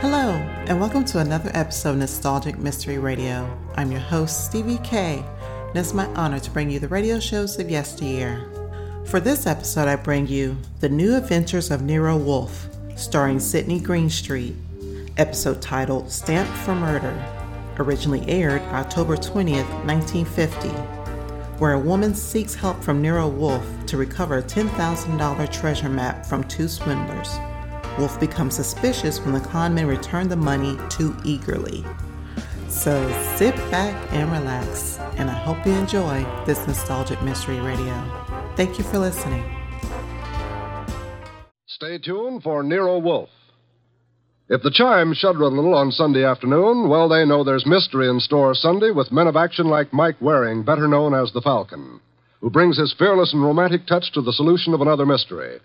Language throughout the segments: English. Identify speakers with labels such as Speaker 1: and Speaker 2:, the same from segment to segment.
Speaker 1: Hello, and welcome to another episode of Nostalgic Mystery Radio. I'm your host, Stevie K, and it's my honor to bring you the radio shows of yesteryear. For this episode, I bring you The New Adventures of Nero Wolfe, starring Sidney Greenstreet, episode titled Stamped for Murder, originally aired October 20th, 1950, where a woman seeks help from Nero Wolfe to recover a $10,000 treasure map from two swindlers. Wolf becomes suspicious when the con men return the money too eagerly. So sit back and relax, and I hope you enjoy this nostalgic mystery radio. Thank you for listening.
Speaker 2: Stay tuned for Nero Wolf. If the chimes shudder a little on Sunday afternoon, well, they know there's mystery in store Sunday with men of action like Mike Waring, better known as the Falcon, who brings his fearless and romantic touch to the solution of another mystery.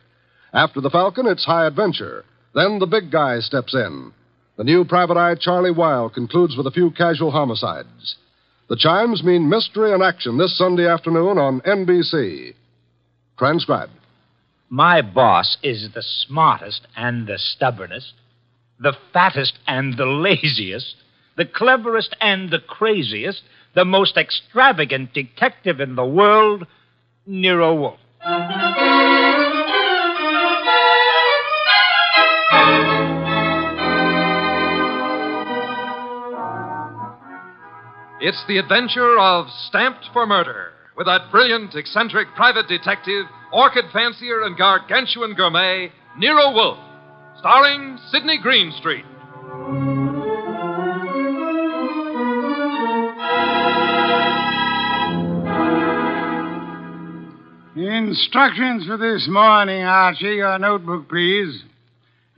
Speaker 2: After the Falcon, it's high adventure. Then the big guy steps in. The new private eye, Charlie Weil, concludes with a few casual homicides. The chimes mean mystery and action this Sunday afternoon on NBC. Transcribed.
Speaker 3: My boss is the smartest and the stubbornest, the fattest and the laziest, the cleverest and the craziest, the most extravagant detective in the world, Nero Wolfe.
Speaker 4: It's the adventure of Stamped for Murder with that brilliant, eccentric private detective, orchid fancier, and gargantuan gourmet, Nero Wolfe, starring Sidney Greenstreet.
Speaker 5: Instructions for this morning, Archie. Your notebook, please.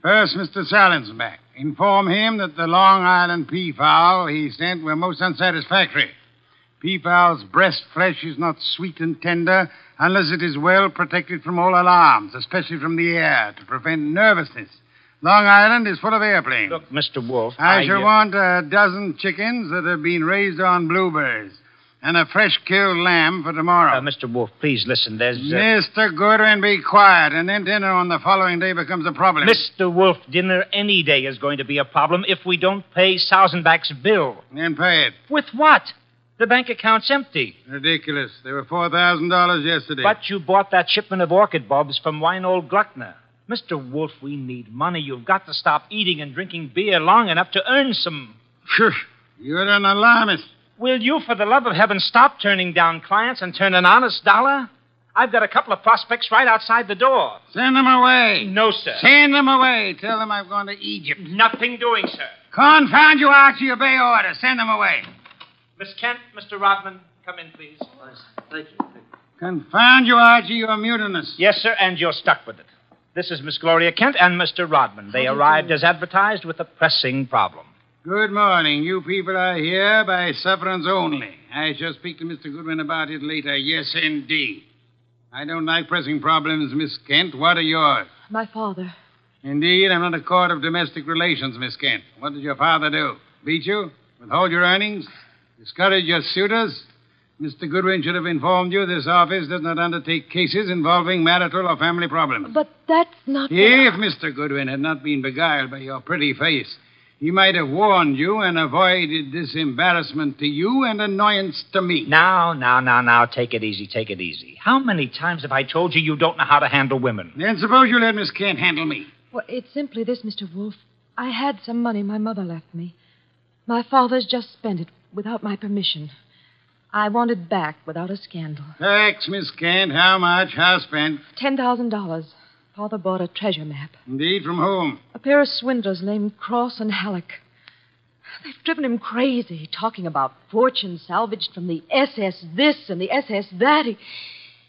Speaker 5: First, Mr. Salinsbeck. Inform him that the Long Island peafowl he sent were most unsatisfactory. Peafowl's breast flesh is not sweet and tender unless it is well protected from all alarms, especially from the air, to prevent nervousness. Long Island is full of airplanes.
Speaker 3: Look, Mr. Wolfe,
Speaker 5: I,
Speaker 3: uh,
Speaker 5: shall want a dozen chickens that have been raised on bluebirds and a fresh killed lamb for tomorrow.
Speaker 3: Uh, Mr. Wolfe, please listen. There's. Uh,
Speaker 5: Mr. Goodwin, be quiet, and then dinner on the following day becomes a problem.
Speaker 3: Mr. Wolfe, dinner any day is going to be a problem if we don't pay Sausenbach's bill.
Speaker 5: Then pay it.
Speaker 3: With what? The bank account's empty.
Speaker 5: Ridiculous. They were four thousand dollars yesterday.
Speaker 3: But you bought that shipment of orchid bulbs from Weinold Gluckner. Mr. Wolfe, we need money. You've got to stop eating and drinking beer long enough to earn some.
Speaker 5: Phew, you're an alarmist.
Speaker 3: Will you, for the love of heaven, stop turning down clients and turn an honest dollar? I've got a couple of prospects right outside the door.
Speaker 5: Send them away.
Speaker 3: No, sir.
Speaker 5: Send them away. Tell them I've gone to Egypt.
Speaker 3: Nothing doing, sir.
Speaker 5: Confound you, Archie. Obey order. Send them away.
Speaker 3: Miss Kent, Mr. Rodman, come in, please.
Speaker 5: Confound you, Archie. You're mutinous.
Speaker 3: Yes, sir, and you're stuck with it. This is Miss Gloria Kent and Mr. Rodman. They arrived as advertised with a pressing problem.
Speaker 5: Good morning. You people are here by sufferance only. I shall speak to Mr. Goodwin about it later. Yes, indeed. I don't like pressing problems, Miss Kent. What are yours?
Speaker 6: My father.
Speaker 5: Indeed, I'm not a court of domestic relations, Miss Kent. What did your father do? Beat you? Withhold your earnings? Discourage your suitors? Mr. Goodwin should have informed you this office does not undertake cases involving marital or family problems.
Speaker 6: But that's not. what I-
Speaker 5: If Mr. Goodwin had not been beguiled by your pretty face, he might have warned you and avoided this embarrassment to you and annoyance to me.
Speaker 3: Now, now, now, now, take it easy, take it easy. How many times have I told you you don't know how to handle women?
Speaker 5: Then suppose you let Miss Kent handle me.
Speaker 6: Well, it's simply this, Mr. Wolfe. I had some money my mother left me. My father's just spent it without my permission. I want it back without a scandal.
Speaker 5: Thanks, Miss Kent. How much? How spent?
Speaker 6: Ten thousand dollars. Father bought a treasure map.
Speaker 5: Indeed, from whom?
Speaker 6: A pair of swindlers named Cross and Halleck. They've driven him crazy, talking about fortune salvaged from the SS this and the SS that. He,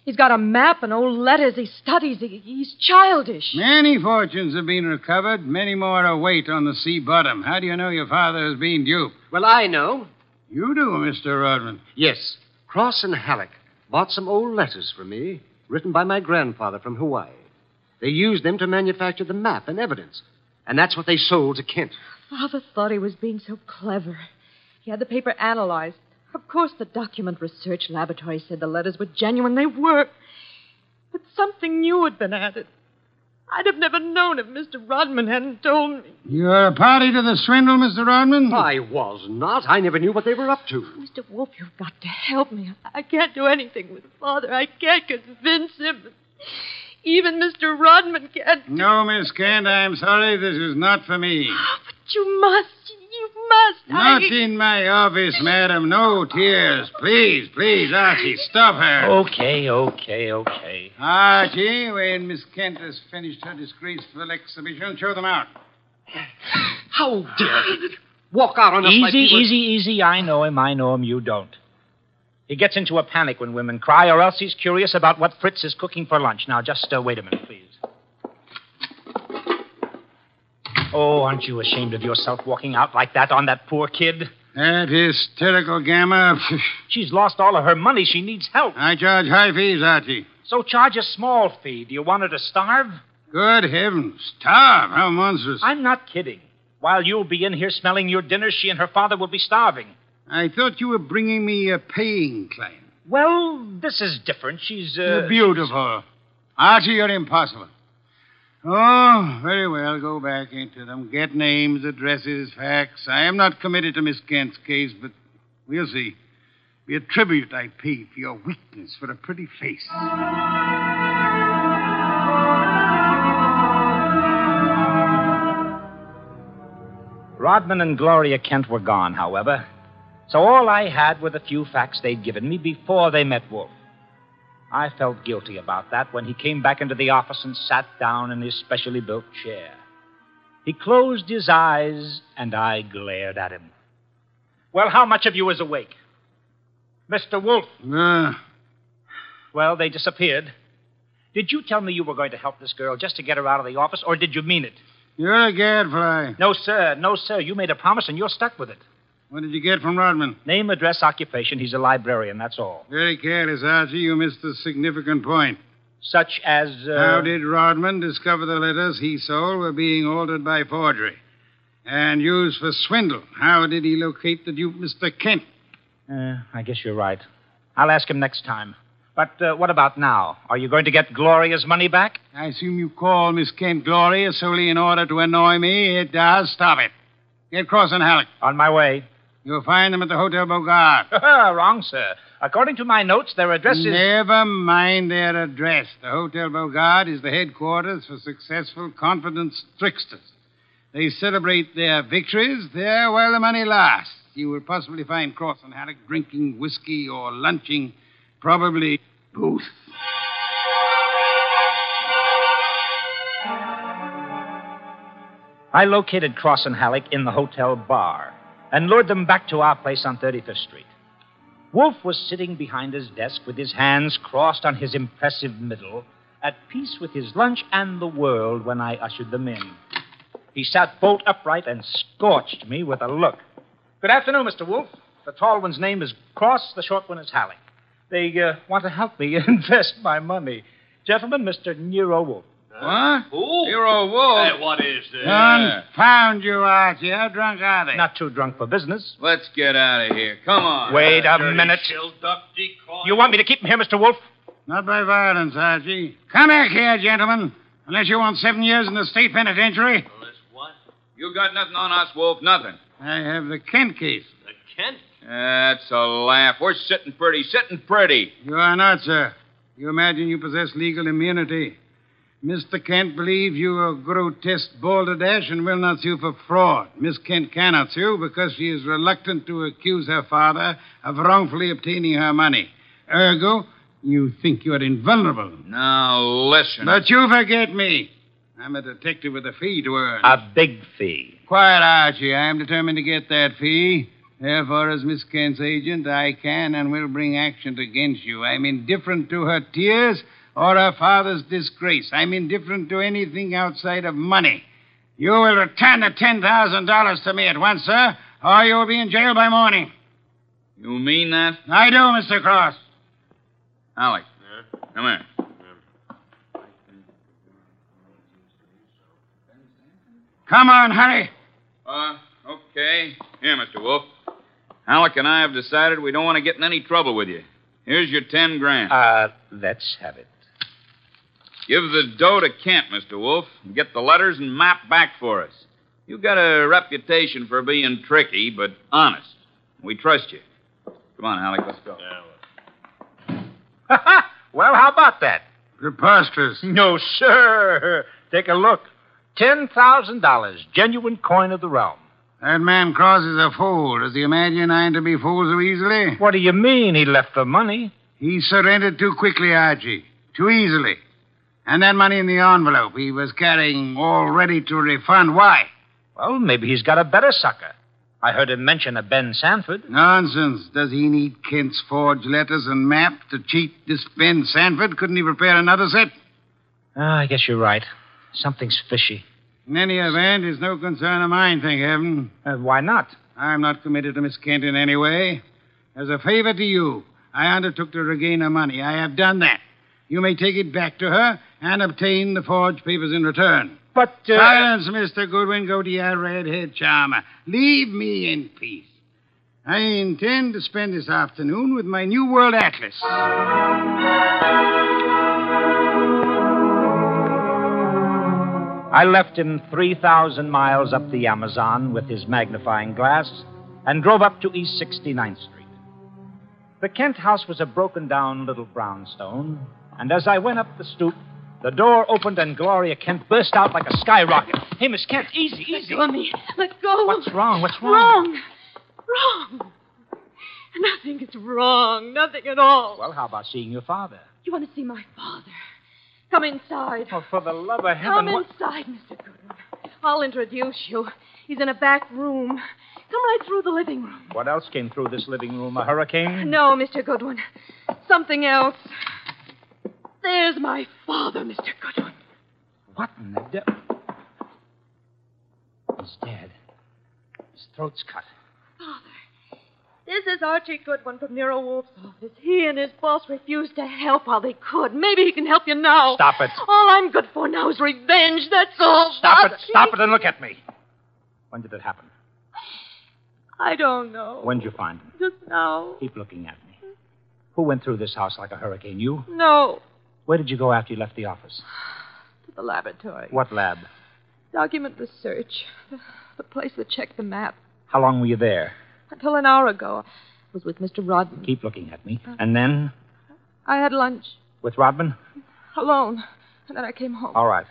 Speaker 6: he's got a map and old letters he studies. He, he's childish.
Speaker 5: Many fortunes have been recovered. Many more await on the sea bottom. How do you know your father has been duped?
Speaker 7: Well, I know.
Speaker 5: You do, Mr. Rodman.
Speaker 7: Yes. Cross and Halleck bought some old letters for me, written by my grandfather from Hawaii. They used them to manufacture the map and evidence, and that's what they sold to Kent.
Speaker 6: Father thought he was being so clever. He had the paper analyzed. Of course, the document research laboratory said the letters were genuine. They were. But something new had been added. I'd have never known if Mr. Rodman hadn't told me.
Speaker 5: You're a party to the swindle, Mr. Rodman?
Speaker 7: I was not. I never knew what they were up to.
Speaker 6: Mr. Wolf, you've got to help me. I can't do anything with Father. I can't convince him. Even Mr. Rodman can't.
Speaker 5: No, Miss Kent, I'm sorry. This is not for me.
Speaker 6: Oh, But you must. You must.
Speaker 5: Not
Speaker 6: I...
Speaker 5: in my office, madam. No tears. Please, please, Archie, stop her.
Speaker 3: Okay, okay, okay.
Speaker 5: Archie, Ah, when Miss Kent has finished her disgraceful exhibition, show them out.
Speaker 7: How dare he walk out on us like
Speaker 3: Easy,
Speaker 7: we were-
Speaker 3: easy, easy. I know him. I know him. You don't. He gets into a panic when women cry, or else he's curious about what Fritz is cooking for lunch. Now, just uh, wait a minute, please. Oh, aren't you ashamed of yourself walking out like that on that poor kid?
Speaker 5: That hysterical gamma.
Speaker 3: She's lost all of her money. She needs help.
Speaker 5: I charge high fees, Archie.
Speaker 3: So charge a small fee. Do you want her to starve?
Speaker 5: Good heavens. Starve. How monstrous.
Speaker 3: I'm not kidding. While you'll be in here smelling your dinner, she and her father will be starving.
Speaker 5: I thought you were bringing me a paying client.
Speaker 3: Well, this is different. She's. Uh...
Speaker 5: You're beautiful. Archie, you're impossible. Oh, very well. Go back into them. Get names, addresses, facts. I am not committed to Miss Kent's case, but we'll see. Be a tribute I pay for your weakness, for a pretty face.
Speaker 3: Rodman and Gloria Kent were gone, however, so all I had were the few facts they'd given me before they met Wolf. I felt guilty about that when he came back into the office and sat down in his specially built chair. He closed his eyes, and I glared at him. Well, how much of you is awake? Mr. Wolf.
Speaker 5: Ah,
Speaker 3: Well, they disappeared. Did you tell me you were going to help this girl just to get her out of the office, or did you mean it?
Speaker 5: you're a gadfly.
Speaker 3: No, sir. No, sir. You made a promise, and you're stuck with it.
Speaker 5: What did you get from Rodman?
Speaker 3: Name, address, occupation. He's a librarian, that's all.
Speaker 5: Very careless, Archie. You missed a significant point.
Speaker 3: Such as. Uh,
Speaker 5: How did Rodman discover the letters he sold were being altered by forgery and used for swindle? How did he locate the dupe, Mr. Kent?
Speaker 3: Uh, I guess you're right. I'll ask him next time. But uh, what about now? Are you going to get Gloria's money back?
Speaker 5: I assume you call Miss Kent Gloria solely in order to annoy me. It does. Stop it. Get Cross and Halleck.
Speaker 3: On my way.
Speaker 5: You'll find them at the Hotel Bogart.
Speaker 3: Wrong, sir. According to my notes, their address is.
Speaker 5: Never mind their address. The Hotel Bogart is the headquarters for successful confidence tricksters. They celebrate their victories there while the money lasts. You will possibly find Cross and Halleck drinking whiskey or lunching, probably both.
Speaker 3: I located Cross and Halleck in the hotel bar and lured them back to our place on 35th Street. Wolf was sitting behind his desk with his hands crossed on his impressive middle, at peace with his lunch and the world when I ushered them in. He sat bolt upright and scorched me with a look. Good afternoon, Mr. Wolf. The tall one's name is Cross, the short one is Halleck. They uh, want to help me invest my money. Gentlemen, Mr. Nero Wolf.
Speaker 5: What?
Speaker 8: Uh, Who?
Speaker 5: You're a wolf.
Speaker 8: Hey, what is this?
Speaker 5: Confound you, Archie. How drunk are they?
Speaker 3: Not too drunk for business.
Speaker 8: Let's get out of here. Come on.
Speaker 3: Wait a minute.
Speaker 8: Chill duck decoy.
Speaker 3: You want me to keep him here, Mr. Wolf?
Speaker 5: Not by violence, Archie. Come back here, gentlemen. Unless you want seven years in the state penitentiary.
Speaker 8: Unless what? You got nothing on us, Wolf. Nothing.
Speaker 5: I have the Kent case.
Speaker 8: The Kent? That's a laugh. We're sitting pretty, sitting pretty.
Speaker 5: You are not, sir. You imagine you possess legal immunity. Mr. Kent believes you a grotesque balderdash and will not sue for fraud. Miss Kent cannot sue because she is reluctant to accuse her father of wrongfully obtaining her money. Ergo, you think you are invulnerable.
Speaker 8: Now listen.
Speaker 5: But you forget me. I'm a detective with a fee to earn.
Speaker 3: A big fee.
Speaker 5: Quiet, Archie. I am determined to get that fee. Therefore, as Miss Kent's agent, I can and will bring action against you. I'm indifferent to her tears or her father's disgrace. I'm indifferent to anything outside of money. You will return the $10,000 to me at once, sir, or you will be in jail by morning.
Speaker 8: You mean that?
Speaker 5: I do, Mr. Cross.
Speaker 8: Alec, come here.
Speaker 5: Come on, hurry.
Speaker 8: Uh, okay. Here, Mr. Wolf. Alec and I have decided we don't want to get in any trouble with you. Here's your ten grand.
Speaker 3: Uh, let's have it.
Speaker 8: Give the dough to Kent, Mr. Wolf, and get the letters and map back for us. You got a reputation for being tricky, but honest. We trust you. Come on, Alec, let's go.
Speaker 3: well, how about that?
Speaker 5: Preposterous.
Speaker 3: No, sir. Take a look. $10,000, genuine coin of the realm.
Speaker 5: That man crosses a fool. Does he imagine I am to be fooled so easily?
Speaker 3: What do you mean he left the money?
Speaker 5: He surrendered too quickly, Archie. Too easily. And that money in the envelope he was carrying all ready to refund. Why?
Speaker 3: Well, maybe he's got a better sucker. I heard him mention a Ben Sanford.
Speaker 5: Nonsense. Does he need Kent's forged letters and map to cheat this Ben Sanford? Couldn't he prepare another set?
Speaker 3: Ah, I guess you're right. Something's fishy.
Speaker 5: In any event, it's no concern of mine, thank heaven.
Speaker 3: Uh, why not?
Speaker 5: I'm not committed to Miss Kent in any way. As a favor to you, I undertook to regain her money. I have done that. You may take it back to her and obtain the forged papers in return.
Speaker 3: But, uh...
Speaker 5: Silence, Mr. Goodwin. Go to your red-haired charmer. Leave me in peace. I intend to spend this afternoon with my New World Atlas.
Speaker 3: I left him 3,000 miles up the Amazon with his magnifying glass and drove up to East 69th Street. The Kent house was a broken down little brownstone, and as I went up the stoop, the door opened and Gloria Kent burst out like a skyrocket. Hey, Miss Kent, easy, easy.
Speaker 6: Let go of me. Let go.
Speaker 3: What's wrong? What's wrong?
Speaker 6: Wrong. Wrong. Nothing is wrong. Nothing at all.
Speaker 3: Well, how about seeing your father?
Speaker 6: You want to see my father? Come inside.
Speaker 3: Oh, for the love of
Speaker 6: Come
Speaker 3: heaven. what-
Speaker 6: inside, Mr. Goodwin. I'll introduce you. He's in a back room. Come right through the living room.
Speaker 3: What else came through this living room? A hurricane?
Speaker 6: No, Mr. Goodwin. Something else. There's my father, Mr. Goodwin.
Speaker 3: What in the devil? He's dead. His throat's cut.
Speaker 6: This is Archie Goodwin from Nero Wolf's office. He and his boss refused to help while they could. Maybe he can help you now.
Speaker 3: Stop it.
Speaker 6: All I'm good for now is revenge. That's all.
Speaker 3: Stop it.
Speaker 6: Archie.
Speaker 3: Stop it and look at me. When did it happen?
Speaker 6: I don't know.
Speaker 3: When did you find him?
Speaker 6: Just now.
Speaker 3: Keep looking at me. Who went through this house like a hurricane? You?
Speaker 6: No.
Speaker 3: Where did you go after you left the office?
Speaker 6: To the laboratory.
Speaker 3: What lab?
Speaker 6: Document research. The- The place that checked the map.
Speaker 3: How long were you there?
Speaker 6: Until an hour ago, I was with Mr. Rodman.
Speaker 3: Keep looking at me. And then?
Speaker 6: I had lunch
Speaker 3: With Rodman?
Speaker 6: alone, and then I came home.
Speaker 3: All right.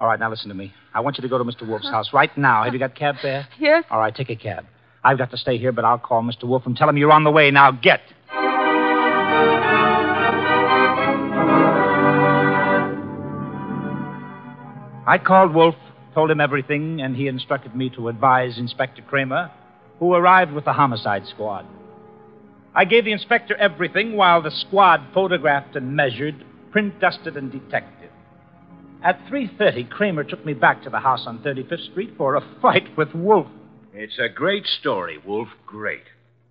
Speaker 3: All right, now listen to me. I want you to go to Mr. Wolf's house right now. Have you got cab fare?
Speaker 6: Yes?
Speaker 3: All right, take a cab. I've got to stay here, but I'll call Mr. Wolf and tell him you're on the way. Now get. I called Wolf, told him everything, and he instructed me to advise Inspector Kramer, who arrived with the homicide squad. I gave the inspector everything while the squad photographed and measured, print dusted and detected. At 3:30, Kramer took me back to the house on 35th Street for a fight with Wolf.
Speaker 9: It's a great story, Wolf. Great.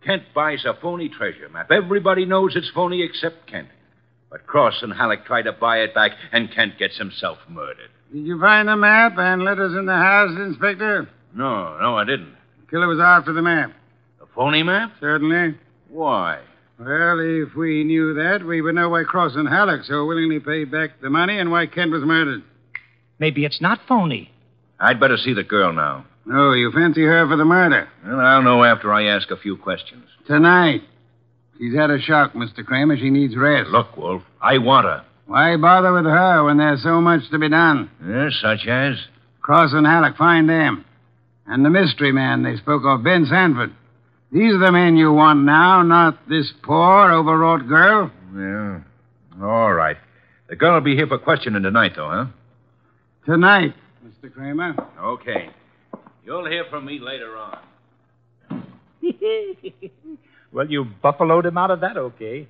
Speaker 9: Kent buys a phony treasure map. Everybody knows it's phony except Kent. But Cross and Halleck try to buy it back, and Kent gets himself murdered.
Speaker 5: Did you find the map and letters in the house, Inspector?
Speaker 9: No, no, I didn't.
Speaker 5: The killer was after the map.
Speaker 9: The phony map?
Speaker 5: Certainly.
Speaker 9: Why?
Speaker 5: Well, if we knew that, we would know why Cross and Halleck so willingly paid back the money and why Kent was murdered.
Speaker 3: Maybe it's not phony.
Speaker 9: I'd better see the girl now.
Speaker 5: No, Oh, you fancy her for the murder.
Speaker 9: Well, I'll know after I ask a few questions.
Speaker 5: Tonight. She's had a shock, Mr. Kramer. She needs rest.
Speaker 9: Look, Wolf, I want her.
Speaker 5: Why bother with her when there's so much to be done?
Speaker 9: Eh, such as?
Speaker 5: Cross and Halleck, find them. And the mystery man they spoke of, Ben Sanford. These are the men you want now, not this poor, overwrought girl.
Speaker 9: Yeah. All right. The girl will be here for questioning tonight, though, huh?
Speaker 5: Tonight, Mr. Kramer.
Speaker 9: Okay. You'll hear from me later on.
Speaker 3: Well, you buffaloed him out of that, okay?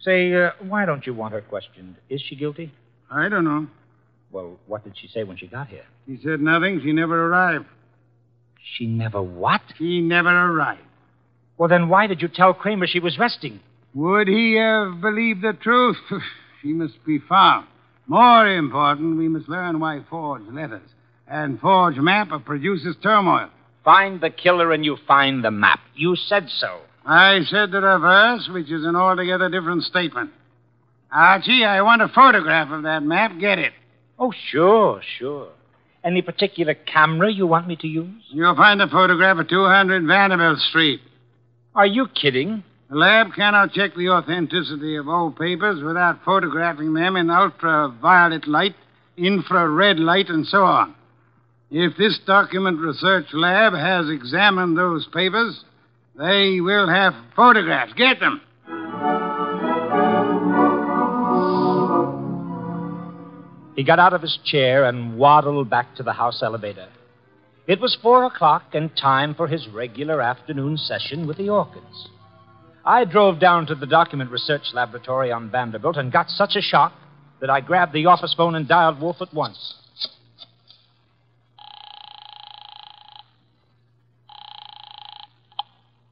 Speaker 3: Say, uh, why don't you want her questioned? Is she guilty?
Speaker 5: I don't know.
Speaker 3: Well, what did she say when she got here?
Speaker 5: She said nothing. She never arrived.
Speaker 3: She never what?
Speaker 5: She never arrived.
Speaker 3: Well, then why did you tell Kramer she was resting?
Speaker 5: Would he have believed the truth? she must be found. More important, we must learn why forged letters and forged map of produces turmoil.
Speaker 3: Find the killer and you find the map. You said so.
Speaker 5: I said the reverse, which is an altogether different statement. Archie, I want a photograph of that map. Get it.
Speaker 3: Oh, sure, sure. Any particular camera you want me to use?
Speaker 5: You'll find the photograph at 200 Vanderbilt Street.
Speaker 3: Are you kidding?
Speaker 5: The lab cannot check the authenticity of old papers without photographing them in ultraviolet light, infrared light, and so on. If this document research lab has examined those papers, they will have photographs. Get them.
Speaker 3: He got out of his chair and waddled back to the house elevator. It was four o'clock and time for his regular afternoon session with the orchids. I drove down to the document research laboratory on Vanderbilt and got such a shock that I grabbed the office phone and dialed Wolf at once.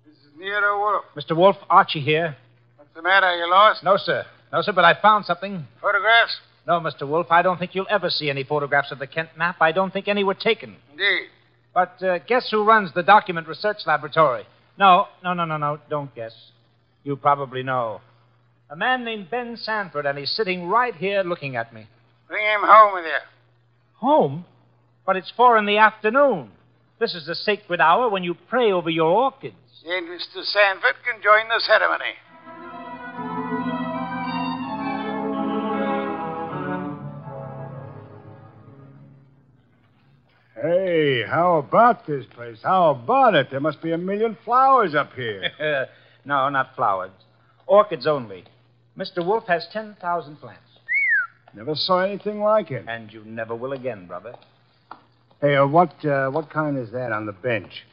Speaker 5: This is Nero Wolf.
Speaker 3: Mr. Wolf, Archie here.
Speaker 5: What's the matter? You lost?
Speaker 3: No, sir. No, sir, but I found something.
Speaker 5: Photographs?
Speaker 3: No, Mr. Wolf, I don't think you'll ever see any photographs of the Kent map. I don't think any were taken.
Speaker 5: Indeed.
Speaker 3: But uh, guess who runs the document research laboratory? No, no, no, no, no. Don't guess. You probably know. A man named Ben Sanford, and he's sitting right here looking at me.
Speaker 5: Bring him home with you.
Speaker 3: Home? But it's four in the afternoon. This is the sacred hour when you pray over your orchids.
Speaker 5: Then Mr. Sanford can join the ceremony.
Speaker 10: Hey, how about this place? How about it? There must be a million flowers up here.
Speaker 3: no, not flowers. Orchids only. Mr. Wolf has 10,000 plants.
Speaker 10: Never saw anything like it.
Speaker 3: And you never will again, brother.
Speaker 10: Hey, uh, what uh, what kind is that on the bench?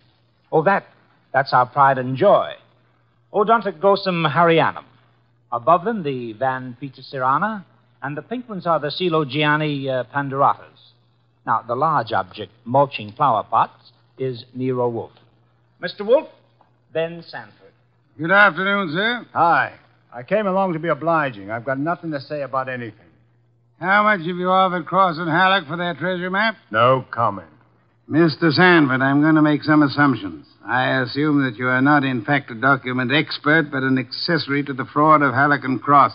Speaker 3: Oh, that. That's our pride and joy. Oh, Odontoglossum harrianum. Above them, the Van Petersirana, and the pink ones are the Celogiani uh, panderatas. Now, the large object, mulching flower pots, is Nero Wolf. Mr. Wolf, Ben Sanford.
Speaker 5: Good afternoon, sir.
Speaker 10: Hi. I came along to be obliging. I've got nothing to say about anything.
Speaker 5: How much have you offered Cross and Halleck for their treasure map?
Speaker 10: No comment.
Speaker 5: Mr. Sanford, I'm going to make some assumptions. I assume that you are not, in fact, a document expert, but an accessory to the fraud of Halleck and Cross.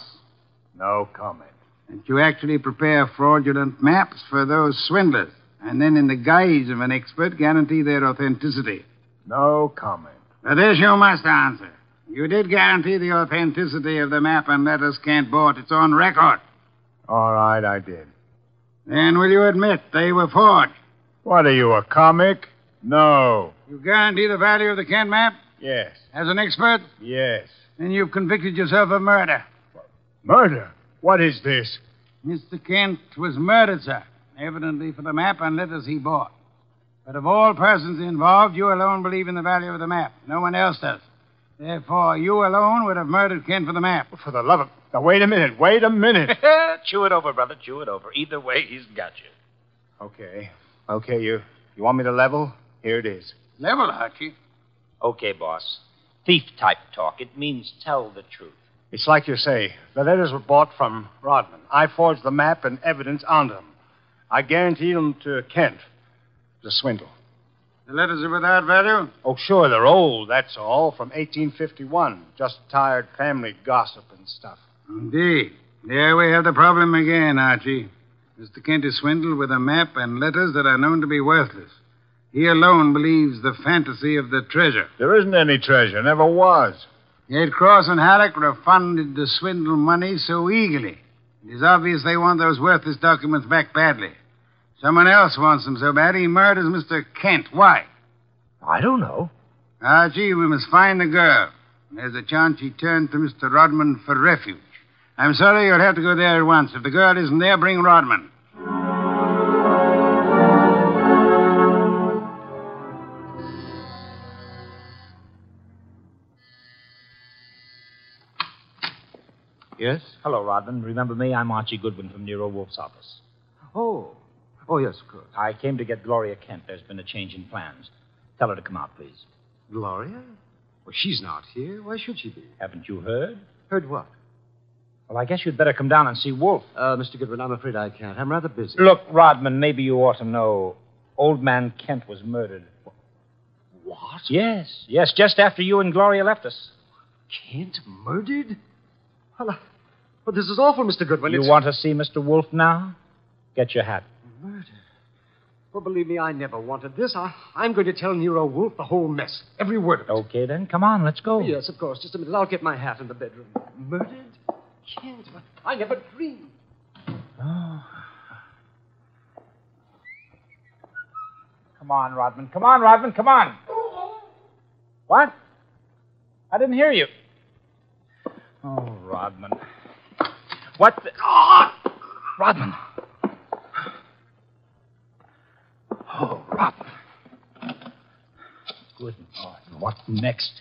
Speaker 10: No comment.
Speaker 5: That you actually prepare fraudulent maps for those swindlers, and then, in the guise of an expert, guarantee their authenticity.
Speaker 10: No comment.
Speaker 5: But this you must answer. You did guarantee the authenticity of the map, and letters can't bought. It's on record.
Speaker 10: All right, I did.
Speaker 5: Then will you admit they were forged?
Speaker 10: What are you, a comic? No.
Speaker 5: You guarantee the value of the Kent map
Speaker 10: Yes.
Speaker 5: as an expert?
Speaker 10: Yes.
Speaker 5: Then you've convicted yourself of murder.
Speaker 10: Murder? What is this?
Speaker 5: Mr. Kent was murdered, sir, evidently for the map and letters he bought. But of all persons involved, you alone believe in the value of the map. No one else does. Therefore, you alone would have murdered Kent for the map.
Speaker 10: For the love of. Now, wait a minute. Wait a minute.
Speaker 3: Uh, Chew it over, brother. Chew it over. Either way, he's got you.
Speaker 10: okay. Okay, you. You want me to level? Here it is.
Speaker 5: Level, Archie.
Speaker 3: Okay, boss. Thief type talk. It means tell the truth.
Speaker 10: It's like you say. The letters were bought from Rodman. I forged the map and evidence on them. I guaranteed them to Kent. It's a swindle.
Speaker 5: The letters are without value?
Speaker 10: Oh, sure, they're old, that's all, from 1851. Just tired family gossip and stuff.
Speaker 5: Indeed. There we have the problem again, Archie. Mr. Kent is swindled with a map and letters that are known to be worthless. He alone believes the fantasy of the treasure.
Speaker 10: There isn't any treasure, never was.
Speaker 5: Yet Cross and Halleck refunded the swindle money so eagerly. It is obvious they want those worthless documents back badly. Someone else wants them so bad he murders Mr. Kent. Why?
Speaker 3: I don't know.
Speaker 5: Archie, we must find the girl. There's a chance she turned to Mr. Rodman for refuge. I'm sorry you'll have to go there at once. If the girl isn't there, bring Rodman.
Speaker 7: Yes?
Speaker 3: Hello, Rodman. Remember me? I'm Archie Goodwin from Nero Wolf's office.
Speaker 7: Oh. Oh, yes, of course.
Speaker 3: I came to get Gloria Kent. There's been a change in plans. Tell her to come out, please.
Speaker 7: Gloria? Well, she's not here. Why should she be?
Speaker 3: Haven't you heard?
Speaker 7: Heard what?
Speaker 3: Well, I guess you'd better come down and see Wolf.
Speaker 7: Uh, Mr. Goodwin, I'm afraid I can't. I'm rather busy.
Speaker 11: Uh.
Speaker 3: Look, Rodman, maybe you ought to know. Old man Kent was murdered.
Speaker 7: What?
Speaker 3: Yes, yes, just after you and Gloria left us.
Speaker 7: Kent murdered? Well, I, But this is awful, Mr. Goodwin.
Speaker 3: you
Speaker 7: it's...
Speaker 3: want to see Mr. Wolf now? Get your hat.
Speaker 7: Murder. Well, believe me, I never wanted this. I, I'm going to tell Nero Wolf the whole mess. Every word of
Speaker 11: Oh.
Speaker 7: it. Oh,
Speaker 3: Okay, then. Come on, let's go.
Speaker 7: Yes, of course. Just a minute. I'll get my hat in the bedroom. Murdered? Kent. I never dreamed.
Speaker 3: Come on, Rodman. Come on, Rodman. Come on. What? I didn't hear you. Oh, Rodman. What the. Oh, Rodman. Oh, Rodman. Good Lord. What next?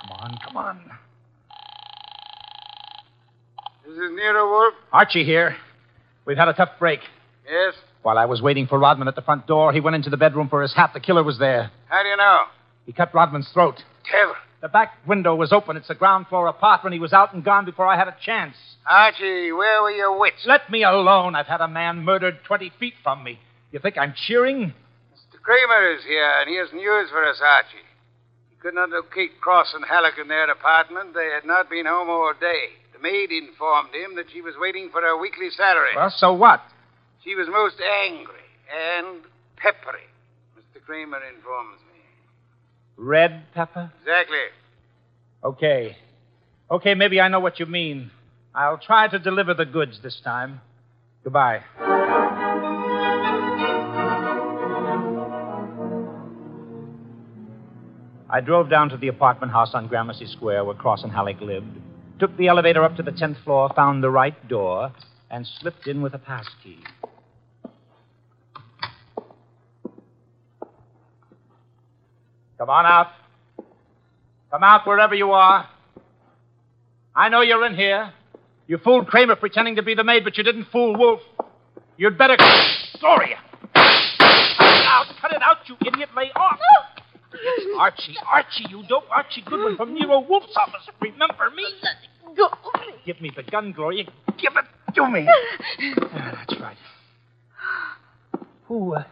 Speaker 3: Come on, come on.
Speaker 5: This is Nero Wolf.
Speaker 3: Archie here. We've had a tough break.
Speaker 5: Yes?
Speaker 3: While I was waiting for Rodman at the front door, he went into the bedroom for his hat. The killer was there.
Speaker 5: How do you know?
Speaker 3: He cut Rodman's throat.
Speaker 5: Devil.
Speaker 3: The back window was open. It's a ground floor apartment. He was out and gone before I had a chance.
Speaker 5: Archie, where were your wits?
Speaker 3: Let me alone. I've had a man murdered 20 feet from me. You think I'm cheering?
Speaker 5: Mr. Kramer is here, and he has news for us, Archie. He could not locate Cross and Halleck in their apartment. They had not been home all day. The maid informed him that she was waiting for her weekly salary.
Speaker 3: Well, so what?
Speaker 5: She was most angry and peppery, Mr. Kramer informs me.
Speaker 3: Red pepper?
Speaker 5: Exactly.
Speaker 3: Okay. Okay, maybe I know what you mean. I'll try to deliver the goods this time. Goodbye. I drove down to the apartment house on Gramercy Square where Cross and Halleck lived, took the elevator up to the 10th floor, found the right door, and slipped in with a passkey. Come on out. Come out wherever you are. I know you're in here. You fooled Kramer pretending to be the maid, but you didn't fool Wolf. You'd better. Gloria! Cut it out! Cut it out, you idiot! Lay off! Archie, Archie, you dope. Archie Goodwin from Nero Wolf's office. Remember me?
Speaker 6: Go.
Speaker 3: Give me the gun, Gloria. Give it to me. Ah, that's right. Who, uh,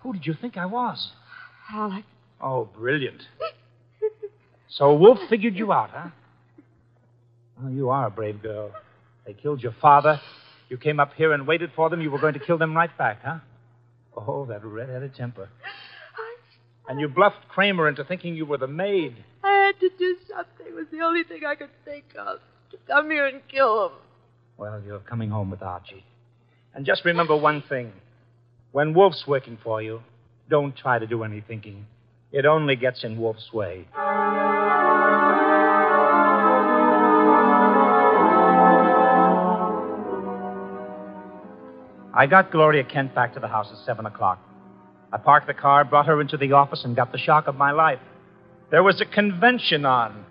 Speaker 3: who did you think I was?
Speaker 6: Alec.
Speaker 3: Oh, brilliant. So Wolf figured you out, huh? Well, you are a brave girl. They killed your father. You came up here and waited for them. You were going to kill them right back, huh? Oh, that red-headed temper. And you bluffed Kramer into thinking you were the maid.
Speaker 6: I had to do something. It was the only thing I could think of. To come here and kill him.
Speaker 3: Well, you're coming home with Archie. And just remember one thing. When Wolf's working for you, don't try to do any thinking. It only gets in Wolf's way. I got Gloria Kent back to the house at 7 o'clock. I parked the car, brought her into the office, and got the shock of my life. There was a convention on.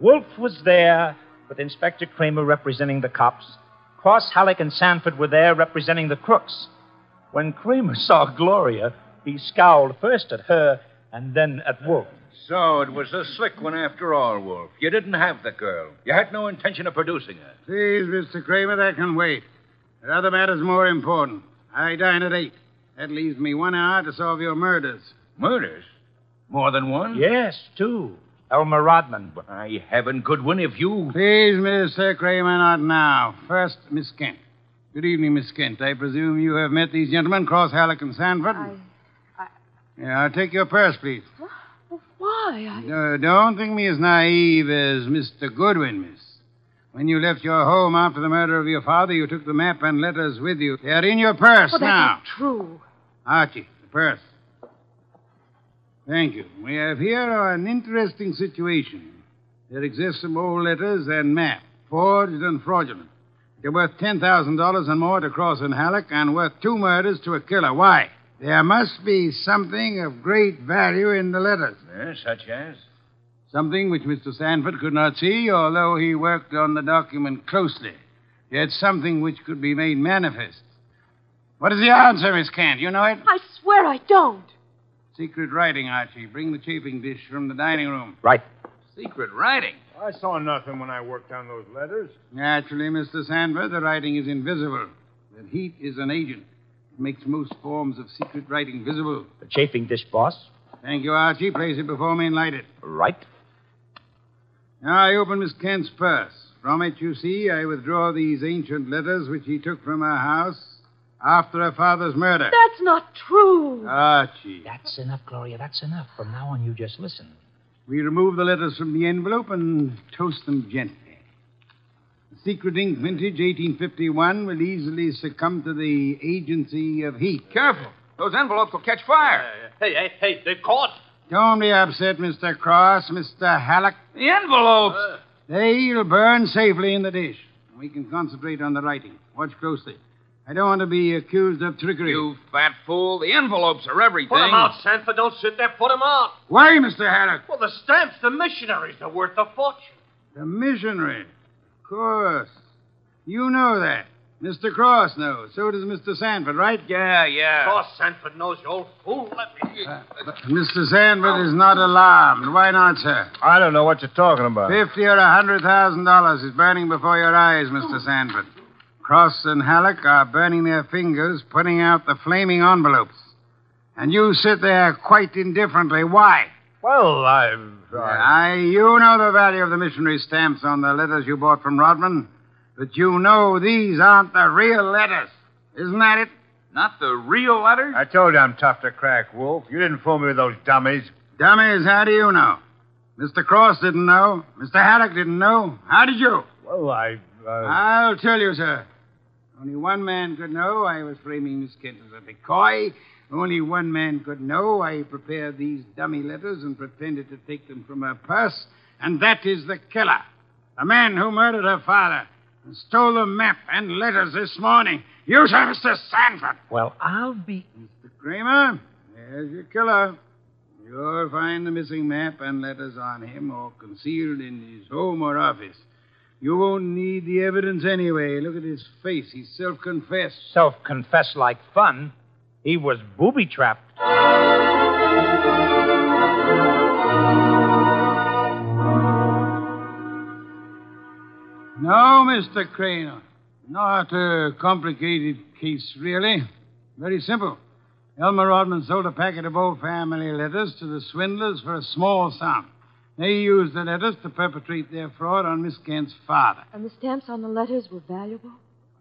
Speaker 3: Wolf was there with Inspector Kramer representing the cops. Cross, Halleck, and Sanford were there representing the crooks. When Kramer saw Gloria, he scowled first at her and then at Wolf.
Speaker 9: So it was a slick one after all, Wolf. You didn't have the girl. You had no intention of producing her.
Speaker 5: Please, Mr. Kramer, that can wait. There are other matters more important. I dine at 8. That leaves me one hour to solve your murders.
Speaker 9: Murders? More than one?
Speaker 3: Yes, two. Elmer Rodman.
Speaker 9: By heaven, Goodwin, if you.
Speaker 5: Please, Mr. Kramer, not now. First, Miss Kent. Good evening, Miss Kent. I presume you have met these gentlemen, Cross, Halleck, and Sanford?
Speaker 6: I.
Speaker 5: Yeah, I'll take your purse, please.
Speaker 6: Well, why? I.
Speaker 5: Uh, don't think me as naive as Mr. Goodwin, miss. When you left your home after the murder of your father, you took the map and letters with you. They are in your purse
Speaker 6: Well, that's
Speaker 5: now.
Speaker 6: not true.
Speaker 5: Archie, the purse. Thank you. We have here an interesting situation. There exist some old letters and map, forged and fraudulent. They're worth $10,000 and more to Cross and Halleck and worth two murders to a killer. Why? There must be something of great value in the letters.
Speaker 9: Yeah, such as?
Speaker 5: Something which Mr. Sanford could not see, although he worked on the document closely. Yet something which could be made manifest. What is the answer, Miss Kent? You know it?
Speaker 6: I swear I don't.
Speaker 5: Secret writing, Archie. Bring the chafing dish from the dining room.
Speaker 3: Right.
Speaker 9: Secret writing.
Speaker 10: I saw nothing when I worked on those letters.
Speaker 5: Naturally, Mr. Sanford, the writing is invisible. The heat is an agent. It makes most forms of secret writing visible.
Speaker 3: The chafing dish, boss.
Speaker 5: Thank you, Archie. Place it before me and light it.
Speaker 3: Right.
Speaker 5: Now I open Miss Kent's purse. From it, you see, I withdraw these ancient letters which he took from her house after her father's murder. Ah,
Speaker 6: That's not true.
Speaker 5: Archie.
Speaker 12: That's enough, Gloria. That's enough. From now on, you just listen.
Speaker 5: We remove the letters from the envelope and toast them gently. The secret ink vintage, 1851, will easily succumb to the agency of heat.
Speaker 4: Careful. Those envelopes will catch fire. hey, hey, hey, they're caught.
Speaker 5: Don't be upset, Mr. Cross, Mr. Halleck.
Speaker 4: The envelopes.
Speaker 5: They'll burn safely in the dish. We can concentrate on the writing. Watch closely. I don't want to be accused of trickery.
Speaker 8: You fat fool. The envelopes are everything.
Speaker 13: Put 'em out, Sanford. Don't sit there. Put 'em out.
Speaker 5: Why, Mr. Haddock?
Speaker 13: Well, the stamps, the missionaries, they're worth a fortune.
Speaker 5: The missionary. Of course. You know that. Mr. Cross knows. So does Mr. Sanford, right?
Speaker 8: Yeah, yeah.
Speaker 13: Of course, Sanford knows, you old fool. Let me.
Speaker 5: Mr. Sanford is not alarmed. Why not, sir?
Speaker 10: I don't know what you're talking about.
Speaker 5: Fifty or a hundred thousand dollars is burning before your eyes, Mr. Sanford. Cross and Halleck are burning their fingers, putting out the flaming envelopes. And you sit there quite indifferently. Why?
Speaker 10: Well, I've.
Speaker 5: I, you know the value of the missionary stamps on the letters you bought from Rodman, but you know these aren't the real letters. Isn't that it?
Speaker 8: Not the real letters?
Speaker 10: I told you I'm tough to crack, Wolf. You didn't fool me with those dummies.
Speaker 5: Dummies, how do you know? Mr. Cross didn't know. Mr. Haddock didn't know. How did you?
Speaker 10: Well, I.
Speaker 3: uh,
Speaker 5: I'll tell you, sir. Only one man could know I was framing Miss Kent as a decoy. Only one man could know I prepared these dummy letters and pretended to take them from her purse, and that is the killer. The man who murdered her father and stole the map and letters this morning. You, sir, Mr. Sanford.
Speaker 12: Well, I'll be.
Speaker 5: Mr. Kramer, there's your killer. You'll find the missing map and letters on him or concealed in his home or office. You won't need the evidence anyway. Look at his face. He's self confessed.
Speaker 3: Self confessed like fun. He was booby trapped.
Speaker 5: No, Mr. Crane. Not a complicated case, really. Very simple. Elmer Rodman sold a packet of old family letters to the swindlers for a small sum. They used the letters to perpetrate their fraud on Miss Kent's father.
Speaker 6: And the stamps on the letters were valuable?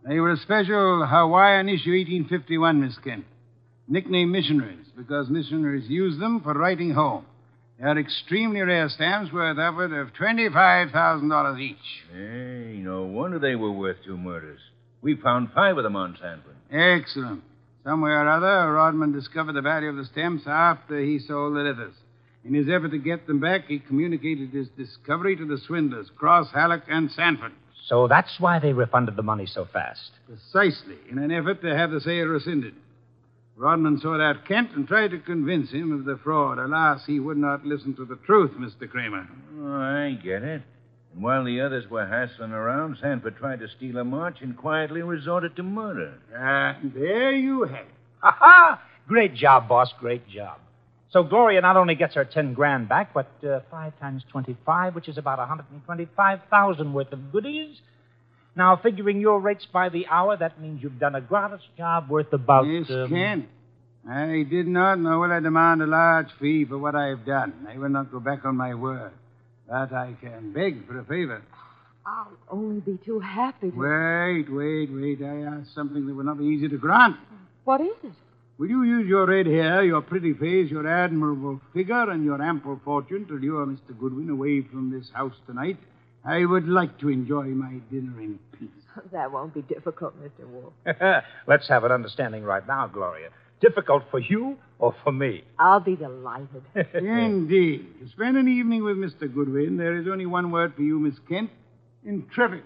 Speaker 5: They were a special Hawaiian issue 1851, Miss Kent. Nicknamed missionaries because missionaries used them for writing home. They are extremely rare stamps worth upward of $25,000 each.
Speaker 9: Hey, no wonder they were worth two murders. We found five of them on Sanford.
Speaker 5: Excellent. Somewhere or other, Rodman discovered the value of the stamps after he sold the letters. In his effort to get them back, he communicated his discovery to the swindlers, Cross, Halleck, and Sanford.
Speaker 12: So that's why they refunded the money so fast.
Speaker 5: Precisely, in an effort to have the sale rescinded. Rodman sought out Kent and tried to convince him of the fraud. Alas, he would not listen to the truth, Mr. Kramer.
Speaker 9: Oh, I get it. And while the others were hassling around, Sanford tried to steal a march and quietly resorted to murder.
Speaker 5: Ah, there you have it.
Speaker 12: Ha ha! Great job, boss. Great job. So Gloria not only gets her ten grand back, but uh, five times twenty-five, which is about a one hundred and twenty-five thousand worth of goodies. Now, figuring your rates by the hour, that means you've done a gratis job worth about.
Speaker 5: Yes,
Speaker 12: um,
Speaker 5: Kent. I did not, nor will I demand a large fee for what I have done. I will not go back on my word. But I can beg for a favor.
Speaker 6: I'll only be too happy to.
Speaker 5: Wait, wait, wait. I ask something that will not be easy to grant.
Speaker 6: What is it?
Speaker 5: Will you use your red hair, your pretty face, your admirable figure, and your ample fortune to lure Mr. Goodwin away from this house tonight? I would like to enjoy my dinner in peace.
Speaker 6: That won't be difficult, Mr. Wolf.
Speaker 12: Let's have an understanding right now, Gloria. Difficult for you or for me?
Speaker 6: I'll be delighted.
Speaker 5: Indeed. To spend an evening with Mr. Goodwin, there is only one word for you, Miss Kent. Intrepid.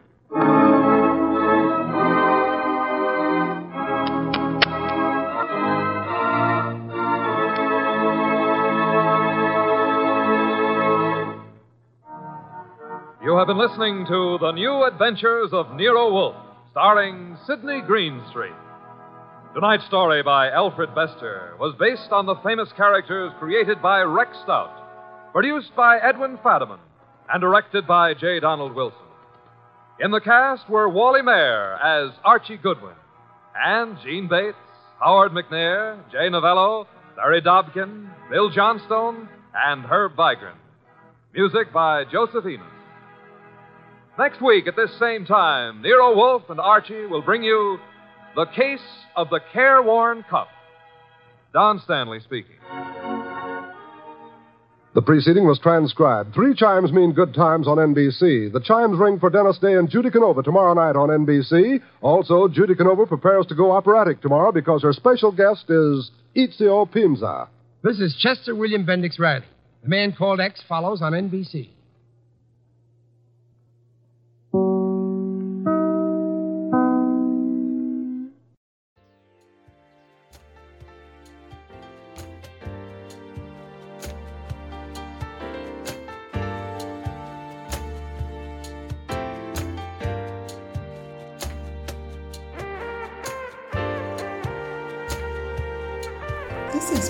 Speaker 4: You have been listening to The New Adventures of Nero Wolfe, starring Sidney Greenstreet. Tonight's story by Alfred Bester was based on the famous characters created by Rex Stout, produced by Edwin Fadiman, and directed by J. Donald Wilson. In the cast were Wally Mayer as Archie Goodwin, and Gene Bates, Howard McNair, Jay Novello, Larry Dobkin, Bill Johnstone, and Herb Vigran. Music by Joseph Enos. Next week at this same time, Nero Wolf and Archie will bring you The Case of the Careworn Cup. Don Stanley speaking.
Speaker 2: The preceding was transcribed. Three chimes mean good times on NBC. The chimes ring for Dennis Day and Judy Canova tomorrow night on NBC. Also, Judy Canova prepares to go operatic tomorrow because her special guest is Itzio Pinza.
Speaker 11: This is Chester William Bendix Riley. The man called X follows on NBC.
Speaker 1: This has